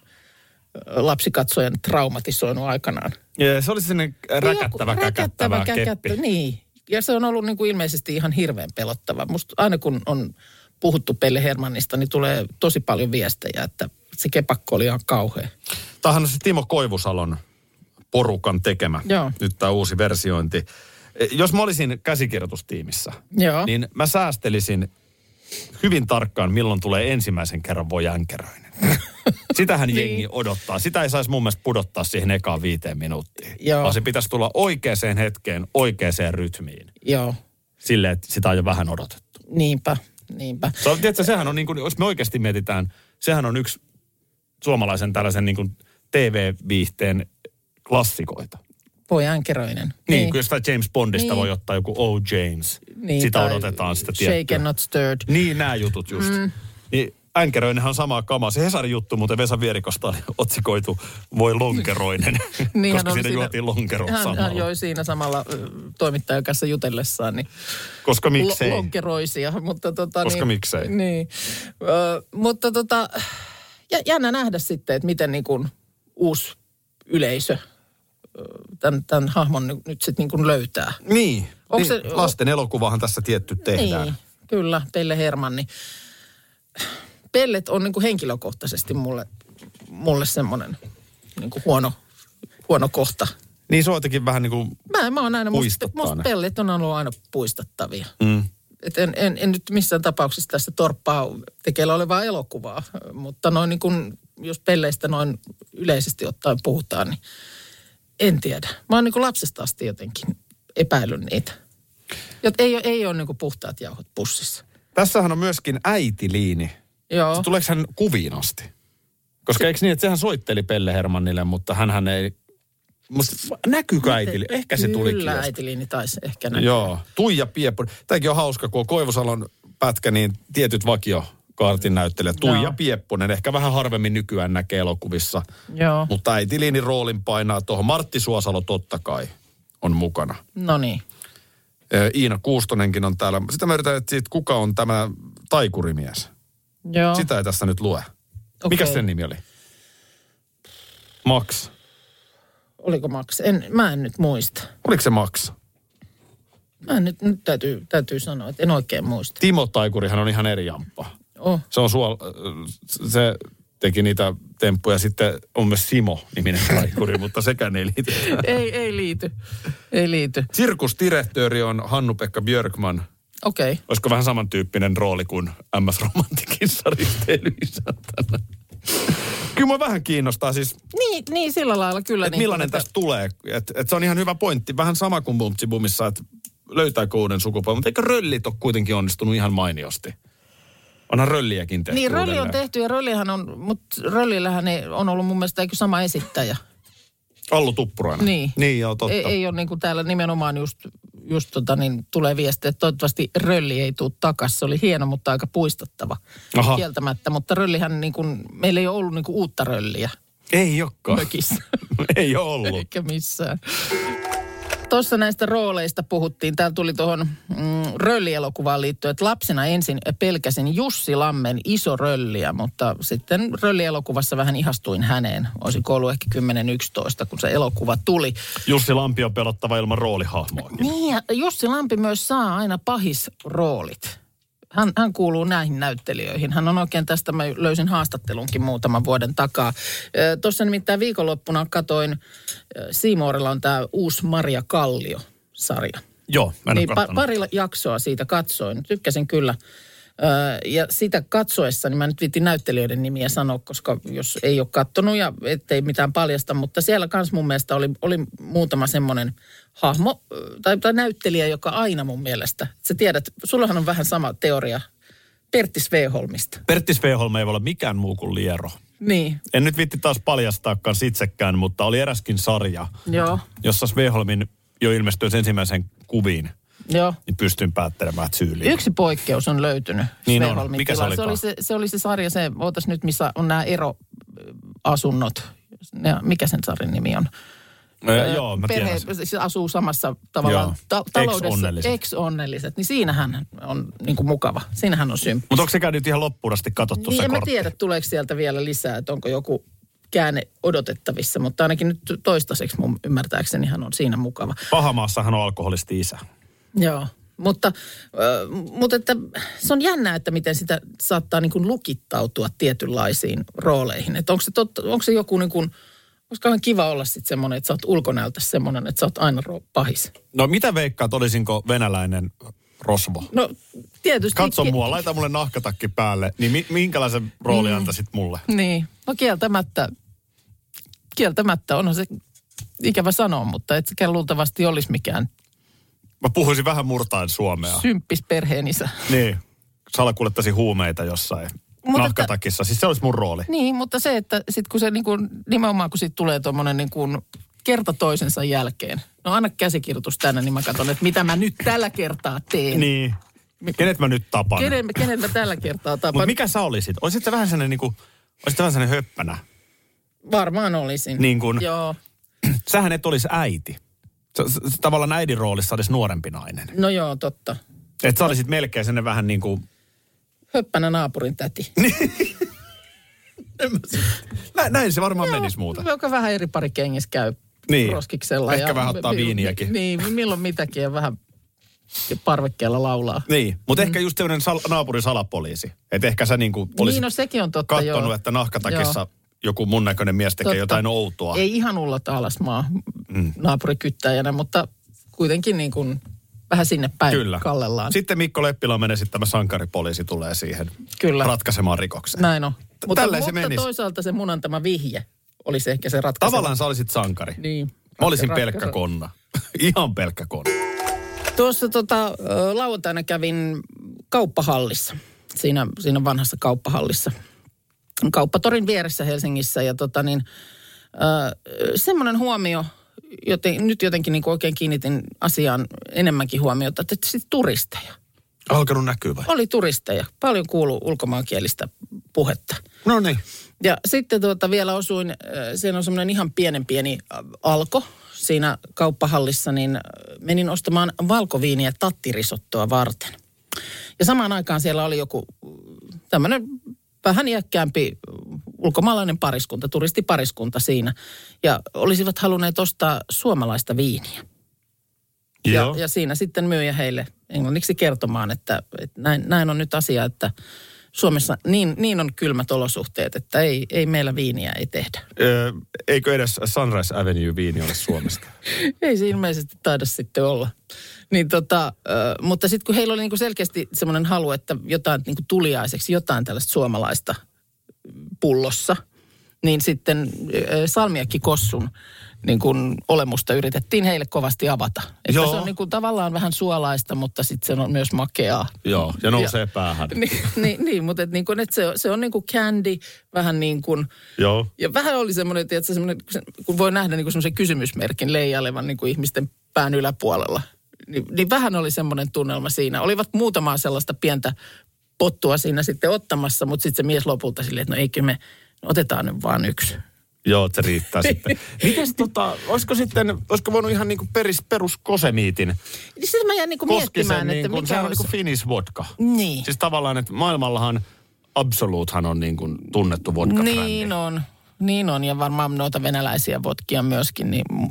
Speaker 3: ö, lapsikatsojan traumatisoinut aikanaan. Niin
Speaker 2: Ja se oli sinne räkättävä,
Speaker 3: Joku-
Speaker 2: käkättävä,
Speaker 3: käkättä-
Speaker 2: keppi.
Speaker 3: Niin, ja se on ollut niin kuin ilmeisesti ihan hirveän pelottava. Musta aina kun on puhuttu Pelle Hermannista, niin tulee tosi paljon viestejä, että se kepakko oli ihan kauhea.
Speaker 2: Tämähän on se Timo Koivusalon porukan tekemä,
Speaker 3: Joo.
Speaker 2: nyt tämä uusi versiointi. E, Jos mä olisin käsikirjoitustiimissä,
Speaker 3: Joo.
Speaker 2: niin mä säästelisin hyvin tarkkaan, milloin tulee ensimmäisen kerran voi jänkeröinen. Sitähän niin. jengi odottaa. Sitä ei saisi mun mielestä pudottaa siihen ekaan viiteen minuuttiin.
Speaker 3: Joo.
Speaker 2: Vaan se pitäisi tulla oikeaan hetkeen, oikeaan rytmiin.
Speaker 3: Joo,
Speaker 2: Silleen, että sitä on jo vähän odotettu.
Speaker 3: niinpä, niinpä.
Speaker 2: Se on, tiedätkö, sehän on niin kuin, jos me oikeasti mietitään, sehän on yksi suomalaisen tällaisen niin kuin TV-viihteen klassikoita.
Speaker 3: Voi Ankeröinen.
Speaker 2: Niin, niin. kun jostain James Bondista
Speaker 3: Niin.
Speaker 2: niin. voi ottaa joku O. James.
Speaker 3: Niin,
Speaker 2: Niin, sitä
Speaker 3: tai
Speaker 2: odotetaan sitä
Speaker 3: Shake
Speaker 2: tiettyä.
Speaker 3: and not stirred.
Speaker 2: Niin, nämä jutut just. Mm. Niin, änkäröinenhän on samaa kamaa. Se Hesarin juttu muuten Vesa Vierikosta oli otsikoitu Voi lonkeroinen,
Speaker 3: Niin,
Speaker 2: niin,
Speaker 3: hän
Speaker 2: koska
Speaker 3: oli
Speaker 2: siinä juotiin lonkeron
Speaker 3: hän,
Speaker 2: samalla.
Speaker 3: hän joi siinä samalla ö, toimittajan kanssa jutellessaan, niin
Speaker 2: Koska miksei.
Speaker 3: lo- lonkeroisia, mutta tota
Speaker 2: Koska
Speaker 3: niin,
Speaker 2: miksei.
Speaker 3: Niin. Ö, mutta tota, ja, jännä nähdä sitten, että miten niin kuin uusi yleisö ö, tämän, tämän hahmon ny- nyt sitten niin kuin löytää.
Speaker 2: niin,
Speaker 3: Onks
Speaker 2: niin
Speaker 3: se-
Speaker 2: lasten elokuvahan tässä tietty tehdään.
Speaker 3: Niin, kyllä, Pelle Hermanni. Pellet on niin kuin henkilökohtaisesti mulle, mulle semmoinen niin kuin huono, huono kohta.
Speaker 2: niin se on jotenkin vähän niin kuin
Speaker 3: Mä, mä oon aina, musta,
Speaker 2: Puistattaa
Speaker 3: musta
Speaker 2: ne.
Speaker 3: pellet on ollut aina puistattavia. Mm. Et en, en, en, nyt missään tapauksessa tässä torppaa tekeillä olevaa elokuvaa, mutta noin niin kuin, jos pelleistä noin yleisesti ottaen puhutaan, niin en tiedä. Mä oon niin kuin lapsesta asti jotenkin epäillyt niitä. Jot ei, oo- ei ole niin kuin puhtaat jauhot pussissa.
Speaker 2: Tässähän on myöskin äitiliini.
Speaker 3: Joo.
Speaker 2: Se, tuleeko hän kuviin asti? Koska eikö niin, että sehän soitteli Pelle Hermannille, mutta hän ei... Musta näkyykö äitili? Ehkä se tuli
Speaker 3: Kyllä,
Speaker 2: jostain.
Speaker 3: äitiliini taisi ehkä näin.
Speaker 2: Joo. Tuija Piepponen. Tämäkin on hauska, kun on Koivusalon pätkä, niin tietyt vakio kaartin näyttelijät. Tuija
Speaker 3: Joo.
Speaker 2: Piepponen, ehkä vähän harvemmin nykyään näkee elokuvissa.
Speaker 3: Joo.
Speaker 2: Mutta äitiliini roolin painaa tuohon. Martti Suosalo totta kai on mukana.
Speaker 3: No niin.
Speaker 2: Ö, Iina Kuustonenkin on täällä. Sitä mä yritän etsiä, että kuka on tämä taikurimies.
Speaker 3: Joo.
Speaker 2: Sitä ei tässä nyt lue. Okay. Mikä
Speaker 3: Okei.
Speaker 2: sen nimi oli? Max.
Speaker 3: Oliko maks? En, mä en nyt muista.
Speaker 2: Oliko se Max?
Speaker 3: Mä en nyt, nyt täytyy, täytyy sanoa, että en oikein muista.
Speaker 2: Timo Taikurihan on ihan eri jamppa.
Speaker 3: Oh.
Speaker 2: Se on suol... äh, Se teki niitä temppuja. Sitten on myös Simo-niminen taikuri, mutta sekään ei liity.
Speaker 3: ei, ei liity. Ei liity.
Speaker 2: Sirkusdirektööri on Hannu-Pekka Björkman.
Speaker 3: Okei. Okay.
Speaker 2: Olisiko vähän samantyyppinen rooli kuin MS Romantikin saristeilyisantana? Kyllä mua vähän kiinnostaa siis
Speaker 3: Niin, niin, sillä lailla kyllä.
Speaker 2: Et
Speaker 3: niin
Speaker 2: millainen
Speaker 3: kuin,
Speaker 2: tästä tulee. Et, et se on ihan hyvä pointti. Vähän sama kuin Bumtsi Bumissa, että löytääkö uuden sukupolven, mutta eikö röllit ole kuitenkin onnistunut ihan mainiosti? Onhan rölliäkin tehty
Speaker 3: Niin, rölli on
Speaker 2: uudelleen.
Speaker 3: tehty ja röllihän on, mutta röllillähän ei- on ollut mun mielestä eikö sama esittäjä.
Speaker 2: Allu Tuppurainen.
Speaker 3: Niin.
Speaker 2: Niin, joo, totta.
Speaker 3: Ei, ei ole niin kuin täällä nimenomaan just, just tota, niin tulee viesti, että toivottavasti rölli ei tule takas. Se oli hieno, mutta aika puistattava
Speaker 2: Aha.
Speaker 3: kieltämättä. Mutta röllihän niin kuin, meillä ei ole ollut niin kuin uutta rölliä
Speaker 2: Ei olekaan.
Speaker 3: mökissä
Speaker 2: ei ole ollut.
Speaker 3: eikä missään. Tuossa näistä rooleista puhuttiin. Täällä tuli tuohon mm, röllielokuvaan liittyen, että lapsena ensin pelkäsin Jussi Lammen iso rölliä, mutta sitten röllielokuvassa vähän ihastuin häneen. Olisi ollut ehkä 10-11, kun se elokuva tuli.
Speaker 2: Jussi Lampi on pelottava ilman roolihahmoa.
Speaker 3: Niin, ja Jussi Lampi myös saa aina pahisroolit. Hän, hän kuuluu näihin näyttelijöihin. Hän on oikein tästä, mä löysin haastattelunkin muutaman vuoden takaa. Ö, Tuossa nimittäin viikonloppuna katoin, ö, Seamorella on tämä uusi Maria Kallio-sarja.
Speaker 2: Joo, mä en
Speaker 3: Niin,
Speaker 2: niin,
Speaker 3: pa- pari jaksoa siitä katsoin. Tykkäsin kyllä. Öö, ja sitä katsoessa, niin mä nyt viitin näyttelijöiden nimiä sanoa, koska jos ei ole kattonut ja ettei mitään paljasta, mutta siellä kans mun mielestä oli, oli muutama semmoinen hahmo ö, tai, tai näyttelijä, joka aina mun mielestä, sä tiedät, sullahan on vähän sama teoria Pertti Sveholmista.
Speaker 2: Pertti Sveholm ei voi olla mikään muu kuin liero.
Speaker 3: Niin,
Speaker 2: En nyt vitti taas paljastaakaan itsekään, mutta oli eräskin sarja,
Speaker 3: joo,
Speaker 2: jossa Sveholmin jo ilmestyisi ensimmäisen kuviin,
Speaker 3: joo.
Speaker 2: niin pystyn päättelemään, että syyllinen.
Speaker 3: Yksi poikkeus on löytynyt.
Speaker 2: Niin on.
Speaker 3: Sveholmin
Speaker 2: Mikä se
Speaker 3: tilalla. se
Speaker 2: olikaan?
Speaker 3: oli se, se oli se sarja, se, ootas nyt missä on nämä eroasunnot. Ne, mikä sen sarjan nimi on?
Speaker 2: Ö, joo, mä
Speaker 3: Perhe
Speaker 2: tiedän. sen.
Speaker 3: siis asuu samassa tavallaan
Speaker 2: Joo.
Speaker 3: ta- taloudessa.
Speaker 2: Ex-onnelliset.
Speaker 3: Ex-onnelliset. Niin siinähän on niin kuin mukava. Siinähän on symppi.
Speaker 2: Mutta onko sekään nyt ihan loppuun asti katsottu
Speaker 3: Niin
Speaker 2: se
Speaker 3: en mä
Speaker 2: kortti?
Speaker 3: tiedä, tuleeko sieltä vielä lisää, että onko joku käänne odotettavissa, mutta ainakin nyt toistaiseksi mun ymmärtääkseni hän on siinä mukava.
Speaker 2: Pahamaassahan on alkoholisti isä.
Speaker 3: Joo, mutta, ö, mutta että se on jännää, että miten sitä saattaa niin kuin lukittautua tietynlaisiin rooleihin. Että onko se, totta, onko se joku niin kuin, olisi kauhean kiva olla sitten semmoinen, että sä oot ulkonäöltä semmoinen, että sä oot aina ro- pahis.
Speaker 2: No mitä veikkaat, olisinko venäläinen rosvo?
Speaker 3: No tietysti.
Speaker 2: Katso
Speaker 3: ki-
Speaker 2: mua, laita mulle nahkatakki päälle, niin mi- minkälaisen rooli
Speaker 3: Mm.
Speaker 2: antaisit mulle?
Speaker 3: Niin, no kieltämättä, kieltämättä onhan se ikävä sanoa, mutta et sekään luultavasti olisi mikään
Speaker 2: Mä puhuisin vähän murtain suomea.
Speaker 3: symppis perheen isä.
Speaker 2: Niin. Salakuljettaisi huumeita jossain
Speaker 3: Mutta-
Speaker 2: nahkatakissa. Siis se olisi mun rooli.
Speaker 3: Niin, mutta se, että sit kun se niin kuin, nimenomaan kun siitä tulee tuommoinen niin kuin kerta toisensa jälkeen. No anna käsikirjoitus tänne, niin mä katson, että mitä mä nyt tällä kertaa teen.
Speaker 2: Niin. Kenet mä nyt tapan?
Speaker 3: Kenen, kenen mä tällä kertaa
Speaker 2: Mutta
Speaker 3: tapan?
Speaker 2: mikä sä olisit? Olisit sä vähän sellainen niinku, olisit sä vähän sellainen höppänä.
Speaker 3: Varmaan olisin.
Speaker 2: Niin kuin-
Speaker 3: Joo.
Speaker 2: Sähän et olisi äiti. Sä, sä, sä tavallaan äidin roolissa olisi nuorempi nainen.
Speaker 3: No joo, totta.
Speaker 2: Et sä olisit melkein sellainen vähän niin kuin...
Speaker 3: Höppänä naapurin
Speaker 2: Niin
Speaker 3: täti.
Speaker 2: Nä, näin se varmaan menisi muuten.
Speaker 3: Joka vähän eri pari kengissä käy
Speaker 2: Niin.
Speaker 3: roskiksella.
Speaker 2: Ehkä vähän ottaa viiniäkin.
Speaker 3: Niin, milloin mitäkin ja vähän parvekkeella laulaa.
Speaker 2: Niin, mutta mm. ehkä just sellainen sal- naapurin salapoliisi. Että ehkä sä niinku olisit
Speaker 3: niin, no sekin on totta,
Speaker 2: kattonut,
Speaker 3: joo.
Speaker 2: että nahkatakissa joku mun näköinen mies tekee
Speaker 3: Totta.
Speaker 2: jotain outoa.
Speaker 3: Ei ihan ullata alas maa mm. naapurikyttäjänä, mutta kuitenkin niin kuin vähän sinne päin
Speaker 2: Kyllä.
Speaker 3: kallellaan.
Speaker 2: Sitten Mikko Leppilä menee sitten tämä sankaripoliisi tulee siihen
Speaker 3: Kyllä.
Speaker 2: ratkaisemaan rikoksen.
Speaker 3: Näin on. Mutta,
Speaker 2: tälleen se
Speaker 3: mutta
Speaker 2: menisi.
Speaker 3: toisaalta se mun antama vihje olisi ehkä se ratkaisu.
Speaker 2: Tavallaan sä olisit sankari.
Speaker 3: Niin.
Speaker 2: Mä olisin
Speaker 3: Ratka-
Speaker 2: pelkkä
Speaker 3: ratkaisu.
Speaker 2: konna. Ihan pelkkä konna.
Speaker 3: Tuossa tota, ö, lauantaina kävin kauppahallissa, siinä, siinä vanhassa kauppahallissa. Kauppatorin vieressä Helsingissä ja tota niin, ö, semmoinen huomio, joten, nyt jotenkin niin oikein kiinnitin asiaan enemmänkin huomiota, että sit turisteja.
Speaker 2: Alkanut näkyy vai?
Speaker 3: Oli turisteja. Paljon kuuluu ulkomaankielistä puhetta.
Speaker 2: No niin.
Speaker 3: Ja sitten tuota vielä osuin, äh, siinä on semmoinen ihan pienen pieni äh, alko siinä kauppahallissa, niin äh, menin ostamaan valkoviiniä tattirisottoa varten. Ja samaan aikaan siellä oli joku tämmöinen vähän iäkkäämpi äh, ulkomaalainen pariskunta, turistipariskunta siinä. Ja olisivat halunneet ostaa suomalaista viiniä. Ja,
Speaker 2: Joo.
Speaker 3: ja siinä sitten myyjä heille englanniksi kertomaan, että, että näin, näin on nyt asia, että Suomessa niin, niin on kylmät olosuhteet, että ei, ei meillä viiniä ei tehdä.
Speaker 2: Öö, eikö edes Sunrise Avenue viini ole Suomesta?
Speaker 3: Ei se ilmeisesti taida sitten olla. Niin tota, ö, mutta sitten kun heillä oli niinku selkeästi semmoinen halu, että jotain niinku tuliaiseksi, jotain tällaista suomalaista pullossa, niin sitten ö, Salmiakki Kossun niin kuin olemusta yritettiin heille kovasti avata. Että
Speaker 2: Joo.
Speaker 3: se on niin kuin tavallaan vähän suolaista, mutta sitten se on myös makeaa.
Speaker 2: Joo, ja nousee päähän.
Speaker 3: niin, niin, niin, mutta et niin kuin, et se, on- se on niin kuin candy, vähän niin kuin,
Speaker 2: Joo.
Speaker 3: ja vähän oli semmoinen, tiedätkö, semmoinen, kun voi nähdä niin kuin semmoisen kysymysmerkin leijailevan niin kuin ihmisten pään yläpuolella. Niin, niin vähän oli semmoinen tunnelma siinä. Olivat muutamaa sellaista pientä pottua siinä sitten ottamassa, mutta sitten se mies lopulta silleen, että no eikö me, no otetaan nyt vaan yksi.
Speaker 2: Joo, että se riittää sitten. Mites tota, olisiko sitten, olisiko voinut ihan niinku peris, perus kosemiitin
Speaker 3: Niin Siis mä jäin niin kuin
Speaker 2: Koskisen,
Speaker 3: miettimään,
Speaker 2: niin
Speaker 3: että
Speaker 2: kuin,
Speaker 3: mikä
Speaker 2: sehän on
Speaker 3: olisi...
Speaker 2: niin kuin Finnish vodka.
Speaker 3: Niin.
Speaker 2: Siis tavallaan, että maailmallahan Absoluthan on niin kuin tunnettu vodka
Speaker 3: Niin on. Niin on, ja varmaan noita venäläisiä vodkia myöskin, niin mm,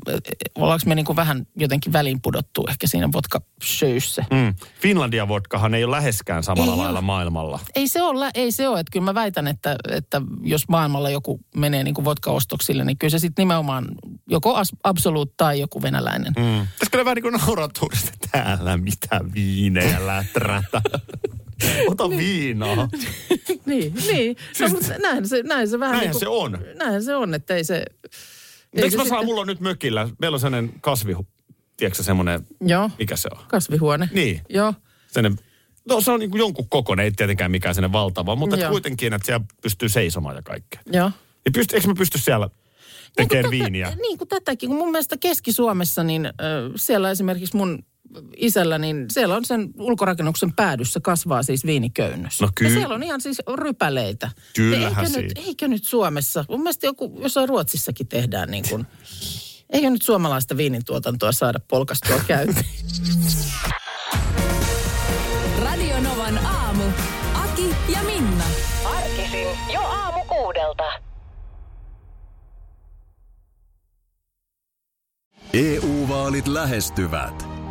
Speaker 3: ollaanko me niin kuin vähän jotenkin väliin pudottu ehkä siinä vodka
Speaker 2: Mm. Finlandia vodkahan ei ole läheskään samalla
Speaker 3: Ei
Speaker 2: lailla
Speaker 3: ole.
Speaker 2: maailmalla.
Speaker 3: Ei se ole, ei se ole. Että kyllä mä väitän, että, että jos maailmalla joku menee niin kuin vodkaostoksille, niin kyllä se sitten nimenomaan joko as, absoluut tai joku venäläinen. Mm.
Speaker 2: Mm. Tässä kyllä vähän niin kuin nauraa tuurista, täällä mitä viinejä läträtä. Ota viinaa.
Speaker 3: niin, niin. No, mutta näin se, näin se vähän
Speaker 2: Näinhän
Speaker 3: niin
Speaker 2: se on.
Speaker 3: Näinhän se on, että ei se...
Speaker 2: Eikö mä
Speaker 3: se
Speaker 2: saa,
Speaker 3: sitten-
Speaker 2: mulla on nyt mökillä, meillä on sellainen kasvi, tiedätkö semmoinen,
Speaker 3: Joo,
Speaker 2: mikä se on?
Speaker 3: kasvihuone.
Speaker 2: Niin.
Speaker 3: Joo.
Speaker 2: Sellainen, no se on niin kuin jonkun kokoinen, ei tietenkään mikään sellainen valtava, mutta et
Speaker 3: Joo.
Speaker 2: kuitenkin, että siellä pystyy seisomaan ja kaikkea.
Speaker 3: Joo.
Speaker 2: Ja pyst, eikö mä pysty siellä
Speaker 3: Niin
Speaker 2: tekemään
Speaker 3: kuin
Speaker 2: viiniä?
Speaker 3: Tätä, niin kuin tätäkin, kun mun mielestä Keski-Suomessa, niin ö, siellä esimerkiksi mun isällä, niin siellä on sen ulkorakennuksen päädyssä kasvaa siis viiniköynnös.
Speaker 2: No kyllä.
Speaker 3: Ja siellä on ihan siis rypäleitä.
Speaker 2: Kyllähän siis.
Speaker 3: eikö
Speaker 2: siinä.
Speaker 3: nyt, eikö nyt Suomessa, mun mielestä joku, jossain Ruotsissakin tehdään niin kuin, eikö nyt suomalaista viinintuotantoa saada polkastua käyntiin?
Speaker 8: Radio Novan aamu. Aki ja Minna.
Speaker 9: Arkisin jo aamu kuudelta.
Speaker 5: EU-vaalit E lähestyvät.